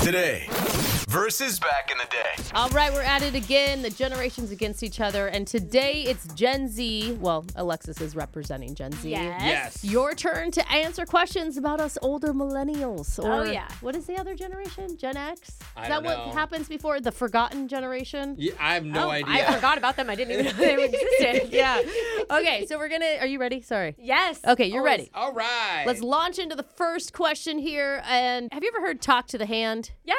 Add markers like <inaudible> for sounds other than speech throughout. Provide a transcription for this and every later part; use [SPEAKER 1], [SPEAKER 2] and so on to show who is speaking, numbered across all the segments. [SPEAKER 1] Today versus back in the day.
[SPEAKER 2] All right, we're at it again. The generations against each other. And today it's Gen Z. Well, Alexis is representing Gen Z.
[SPEAKER 3] Yes.
[SPEAKER 2] Your turn to answer questions about us older millennials. Or
[SPEAKER 3] Oh, yeah.
[SPEAKER 2] What is the other generation? Gen X? Is
[SPEAKER 3] I
[SPEAKER 2] that
[SPEAKER 3] don't
[SPEAKER 2] what
[SPEAKER 3] know.
[SPEAKER 2] happens before? The forgotten generation?
[SPEAKER 3] Yeah, I have no
[SPEAKER 4] Oh,
[SPEAKER 3] idea.
[SPEAKER 4] I forgot about them. I didn't even know
[SPEAKER 3] <laughs>
[SPEAKER 4] they existed.
[SPEAKER 2] yeah. Okay, so we're going to. Are you ready? Sorry.
[SPEAKER 4] Yes.
[SPEAKER 2] Okay, you're
[SPEAKER 4] Always.
[SPEAKER 2] ready.
[SPEAKER 3] All right.
[SPEAKER 2] Let's launch into the first question here. And have you ever heard talk to the hand?
[SPEAKER 4] Yeah.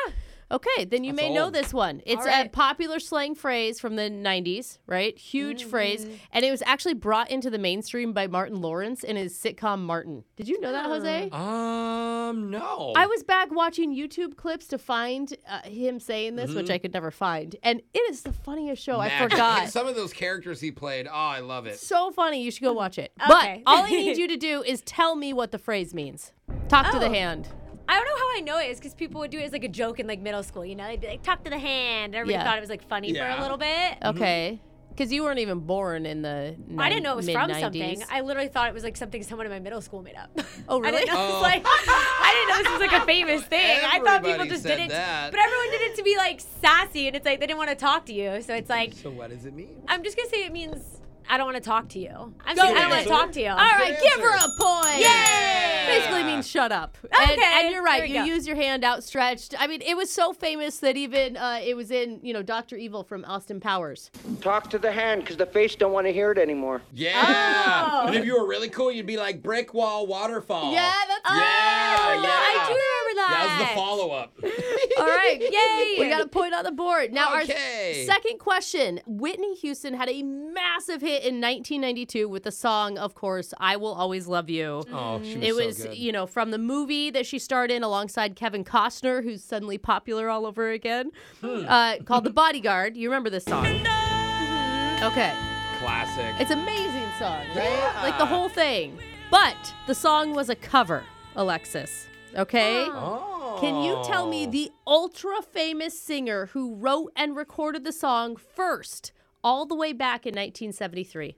[SPEAKER 2] Okay, then you
[SPEAKER 3] That's
[SPEAKER 2] may know
[SPEAKER 3] old.
[SPEAKER 2] this one. It's a
[SPEAKER 4] right.
[SPEAKER 2] popular slang phrase from the 90s, right?
[SPEAKER 4] Mm-hmm.
[SPEAKER 2] Huge phrase. And it was actually brought into the mainstream by Martin Lawrence in his sitcom Martin. Did you know that, Jose?
[SPEAKER 4] Ah.
[SPEAKER 3] um, no.
[SPEAKER 2] I was back watching YouTube clips to find uh, him saying this,
[SPEAKER 3] Mm-hmm.
[SPEAKER 2] which I could never find. And it is the funniest show. oh, I
[SPEAKER 3] Magic. <laughs>
[SPEAKER 2] forgot.
[SPEAKER 3] Some of those characters he played. Oh, I love it.
[SPEAKER 2] So funny. You should go watch
[SPEAKER 4] <laughs>
[SPEAKER 2] it.
[SPEAKER 4] Okay.
[SPEAKER 2] But all I
[SPEAKER 4] <laughs>
[SPEAKER 2] need you to do is tell me what the phrase means. Talk to the
[SPEAKER 4] Oh.
[SPEAKER 2] hand.
[SPEAKER 4] I don't know how I know it is because people would do it as like a joke in like middle school. You know, they'd be like, "Talk to the hand." Everybody
[SPEAKER 2] Yeah. Oh,
[SPEAKER 4] thought it was like funny for a
[SPEAKER 3] Yeah.
[SPEAKER 4] little bit.
[SPEAKER 2] Okay.
[SPEAKER 3] Mm-hmm.
[SPEAKER 2] Because you weren't even born in the
[SPEAKER 4] I didn't know it was from something.
[SPEAKER 2] mid-nineties.
[SPEAKER 4] I literally thought it was like something someone in my middle school made up.
[SPEAKER 2] Oh,
[SPEAKER 4] <laughs> I
[SPEAKER 2] really?
[SPEAKER 4] didn't know it
[SPEAKER 3] Oh.
[SPEAKER 4] was like I didn't know this was like a
[SPEAKER 3] <laughs>
[SPEAKER 4] famous thing. I thought people
[SPEAKER 3] Everybody
[SPEAKER 4] just
[SPEAKER 3] said
[SPEAKER 4] did it,
[SPEAKER 3] that.
[SPEAKER 4] but everyone did it to be like sassy, and it's like they didn't want to talk to you. So it's like
[SPEAKER 3] So what does it mean?
[SPEAKER 4] I'm just gonna say it means I don't want to talk to you. I'm
[SPEAKER 2] Go
[SPEAKER 4] saying I don't want
[SPEAKER 2] answer.
[SPEAKER 4] to talk to you.
[SPEAKER 2] All right,
[SPEAKER 3] Good
[SPEAKER 2] give her a
[SPEAKER 3] answer.
[SPEAKER 2] point.
[SPEAKER 3] Yeah.
[SPEAKER 2] Basically means shut up. And,
[SPEAKER 4] Okay,
[SPEAKER 2] and you're right.
[SPEAKER 4] there we
[SPEAKER 2] You
[SPEAKER 4] go.
[SPEAKER 2] use your hand outstretched. I mean, it was so famous that even uh, it was in, you know, Doctor Evil from Austin Powers.
[SPEAKER 5] Talk to the hand, 'cause the face don't want to hear it anymore.
[SPEAKER 3] Yeah. And if you were really cool, you'd be like brick wall waterfall.
[SPEAKER 2] Oh. Yeah, that's-
[SPEAKER 3] Oh. yeah, yeah.
[SPEAKER 4] I do remember
[SPEAKER 3] That
[SPEAKER 4] that.
[SPEAKER 3] was the follow up.
[SPEAKER 2] <laughs> All
[SPEAKER 4] <laughs>
[SPEAKER 2] right,
[SPEAKER 4] Yay.
[SPEAKER 2] We got a point on the board. Now
[SPEAKER 3] Okay.
[SPEAKER 2] our second question. Whitney Houston had a massive hit in 1992 with the song, of course, "I Will Always Love You."
[SPEAKER 3] Oh, she was
[SPEAKER 2] It
[SPEAKER 3] so
[SPEAKER 2] was,
[SPEAKER 3] good.
[SPEAKER 2] you know, from the movie that she starred in alongside Kevin Costner, who's suddenly popular all over again,
[SPEAKER 3] Hmm.
[SPEAKER 2] uh, called The Bodyguard. You remember this
[SPEAKER 3] <laughs>
[SPEAKER 2] song? Mm-hmm. Okay.
[SPEAKER 3] Classic.
[SPEAKER 2] It's an amazing song, right?
[SPEAKER 3] Yeah.
[SPEAKER 2] Like the whole thing. But the song was a cover, Alexis. Okay?
[SPEAKER 3] oh.
[SPEAKER 2] Can you tell me the ultra famous singer who wrote and recorded the song first, all the way back in 1973?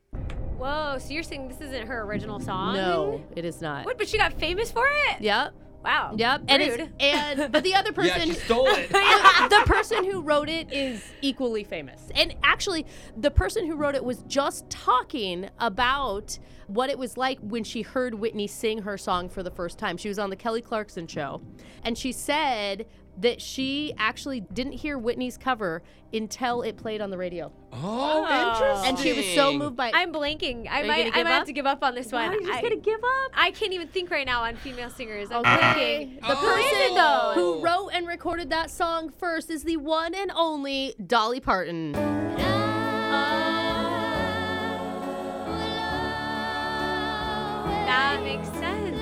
[SPEAKER 4] Whoa, so you're saying this isn't her original song?
[SPEAKER 2] No, it is not.
[SPEAKER 4] What, but she got famous for it?
[SPEAKER 2] Yep.
[SPEAKER 4] Wow.
[SPEAKER 2] Yep.
[SPEAKER 4] Rude.
[SPEAKER 2] And, it's, and but the other
[SPEAKER 3] <laughs> Yeah,
[SPEAKER 2] person
[SPEAKER 3] she
[SPEAKER 2] <laughs>
[SPEAKER 3] stole it. Oh,
[SPEAKER 2] the, the person who wrote it is equally famous. And actually, the person who wrote it was just talking about what it was like when she heard Whitney sing her song for the first time. She was on the Kelly Clarkson show, and she said that she actually didn't hear Whitney's cover until it played on the radio.
[SPEAKER 3] Oh, interesting.
[SPEAKER 2] And she was so moved by
[SPEAKER 4] <laughs> I'm blanking. I
[SPEAKER 2] you
[SPEAKER 4] might,
[SPEAKER 2] gonna
[SPEAKER 4] I
[SPEAKER 2] give
[SPEAKER 4] might
[SPEAKER 2] up?
[SPEAKER 4] have to give up on this one.
[SPEAKER 2] Wow, you're just
[SPEAKER 4] I,
[SPEAKER 2] gonna give up?
[SPEAKER 4] I can't even think right now on female singers. I'm
[SPEAKER 2] Okay. The
[SPEAKER 4] blanking.
[SPEAKER 3] Oh.
[SPEAKER 2] person
[SPEAKER 3] Who is it, though?
[SPEAKER 2] who wrote and recorded that song first is the one and only Dolly Parton.
[SPEAKER 4] "Oh, That makes sense.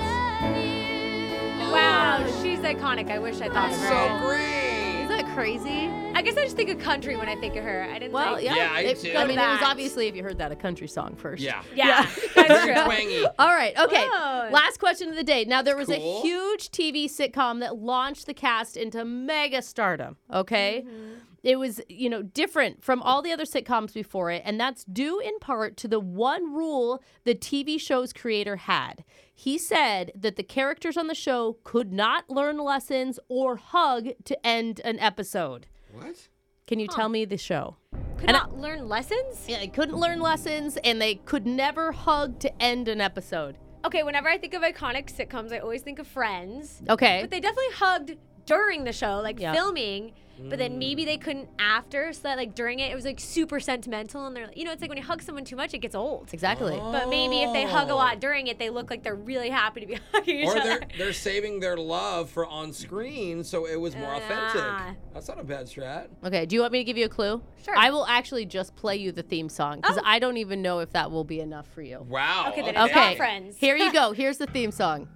[SPEAKER 4] Wow, she's iconic. I wish I thought of
[SPEAKER 3] so
[SPEAKER 4] her.
[SPEAKER 2] Is
[SPEAKER 3] great.
[SPEAKER 2] that crazy?
[SPEAKER 4] I guess I just think of country when I think of her. I didn't
[SPEAKER 2] Well,
[SPEAKER 4] think-
[SPEAKER 2] yeah.
[SPEAKER 3] Yeah, I
[SPEAKER 2] it-
[SPEAKER 3] did.
[SPEAKER 2] I mean, it was
[SPEAKER 4] That.
[SPEAKER 2] obviously if you heard that a country song first. <laughs>
[SPEAKER 3] Yeah.
[SPEAKER 4] Yeah, that's
[SPEAKER 3] Very
[SPEAKER 4] true.
[SPEAKER 3] twangy.
[SPEAKER 2] All <laughs> right. Okay.
[SPEAKER 4] Whoa.
[SPEAKER 2] Last question of the day. Now there was a
[SPEAKER 3] cool.
[SPEAKER 2] huge TV sitcom that launched the cast into mega stardom. Okay.
[SPEAKER 4] Mm-hmm.
[SPEAKER 2] It was, you know, different from all the other sitcoms before it, and that's due in part to the one rule the TV show's creator had. He said that the characters on the show could not learn lessons or hug to end an episode.
[SPEAKER 3] What?
[SPEAKER 2] Can you tell me the show?
[SPEAKER 4] Could
[SPEAKER 2] And I-
[SPEAKER 4] not learn lessons?
[SPEAKER 2] Yeah, they couldn't learn lessons and they could never hug to end an episode.
[SPEAKER 4] Okay, whenever I think of iconic sitcoms, I always think of Friends.
[SPEAKER 2] Okay.
[SPEAKER 4] But they definitely hugged during the show, like
[SPEAKER 2] Yeah.
[SPEAKER 4] filming. But then
[SPEAKER 3] Mm.
[SPEAKER 4] maybe they couldn't after, so that like during it, it was like super sentimental, and they're you know it's like when you hug someone too much, it gets old.
[SPEAKER 2] exactly.
[SPEAKER 4] But maybe if they hug a
[SPEAKER 3] Oh.
[SPEAKER 4] lot during it, they look like they're really happy to be <laughs> hugging each
[SPEAKER 3] Or
[SPEAKER 4] other.
[SPEAKER 3] they're
[SPEAKER 4] <laughs>
[SPEAKER 3] they're saving their love for on screen, so it was more
[SPEAKER 4] Ah.
[SPEAKER 3] authentic. That's not a bad strat.
[SPEAKER 2] Okay, do you want me to give you a clue?
[SPEAKER 4] Sure. Oh.
[SPEAKER 2] I will actually just play you the theme song because I don't even know if that will be enough for you.
[SPEAKER 3] Wow.
[SPEAKER 4] Okay, then It's not
[SPEAKER 2] Okay.
[SPEAKER 4] Friends.
[SPEAKER 2] Here you
[SPEAKER 4] <laughs>
[SPEAKER 2] go. Here's the theme song.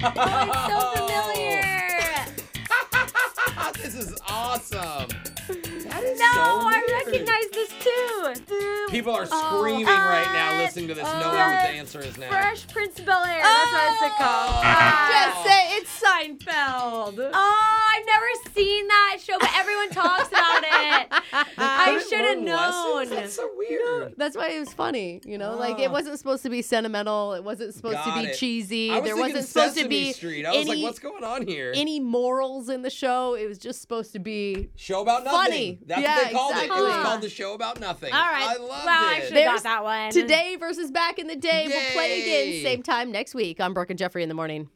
[SPEAKER 4] Oh, so familiar.
[SPEAKER 3] <laughs> this is awesome. That is
[SPEAKER 4] No,
[SPEAKER 3] so
[SPEAKER 4] I
[SPEAKER 3] weird.
[SPEAKER 4] recognize this too.
[SPEAKER 3] People are screaming right now
[SPEAKER 4] I-
[SPEAKER 3] listening to this,
[SPEAKER 4] oh,
[SPEAKER 3] knowing what the answer is now.
[SPEAKER 4] Fresh Prince of Bel Air. That's what it's called.
[SPEAKER 3] Oh.
[SPEAKER 2] Just say it's Seinfeld. Uh,
[SPEAKER 4] Oh, I've never seen that show, but everyone talks about it. I should have known.
[SPEAKER 3] That's so weird.
[SPEAKER 2] That's why it was funny, you know. Like it wasn't supposed to be sentimental. It wasn't supposed
[SPEAKER 3] Got
[SPEAKER 2] to be
[SPEAKER 3] it.
[SPEAKER 2] cheesy.
[SPEAKER 3] I was
[SPEAKER 2] there
[SPEAKER 3] thinking
[SPEAKER 2] wasn't supposed to
[SPEAKER 3] Sesame
[SPEAKER 2] be
[SPEAKER 3] Street. I was
[SPEAKER 2] any
[SPEAKER 3] like, what's going on here?
[SPEAKER 2] any morals in the show. It was just supposed to be.
[SPEAKER 3] show about nothing.
[SPEAKER 2] Funny.
[SPEAKER 3] That's
[SPEAKER 2] Yeah,
[SPEAKER 3] what they called it. It was
[SPEAKER 2] exactly.
[SPEAKER 3] called the show about nothing.
[SPEAKER 4] All right.
[SPEAKER 3] I love
[SPEAKER 4] Wow, I
[SPEAKER 3] it.
[SPEAKER 4] should've- got that one.
[SPEAKER 2] Today versus back in the day. We'll play again
[SPEAKER 3] Yay.
[SPEAKER 2] same time next week on Brooke and Jeffrey in the morning.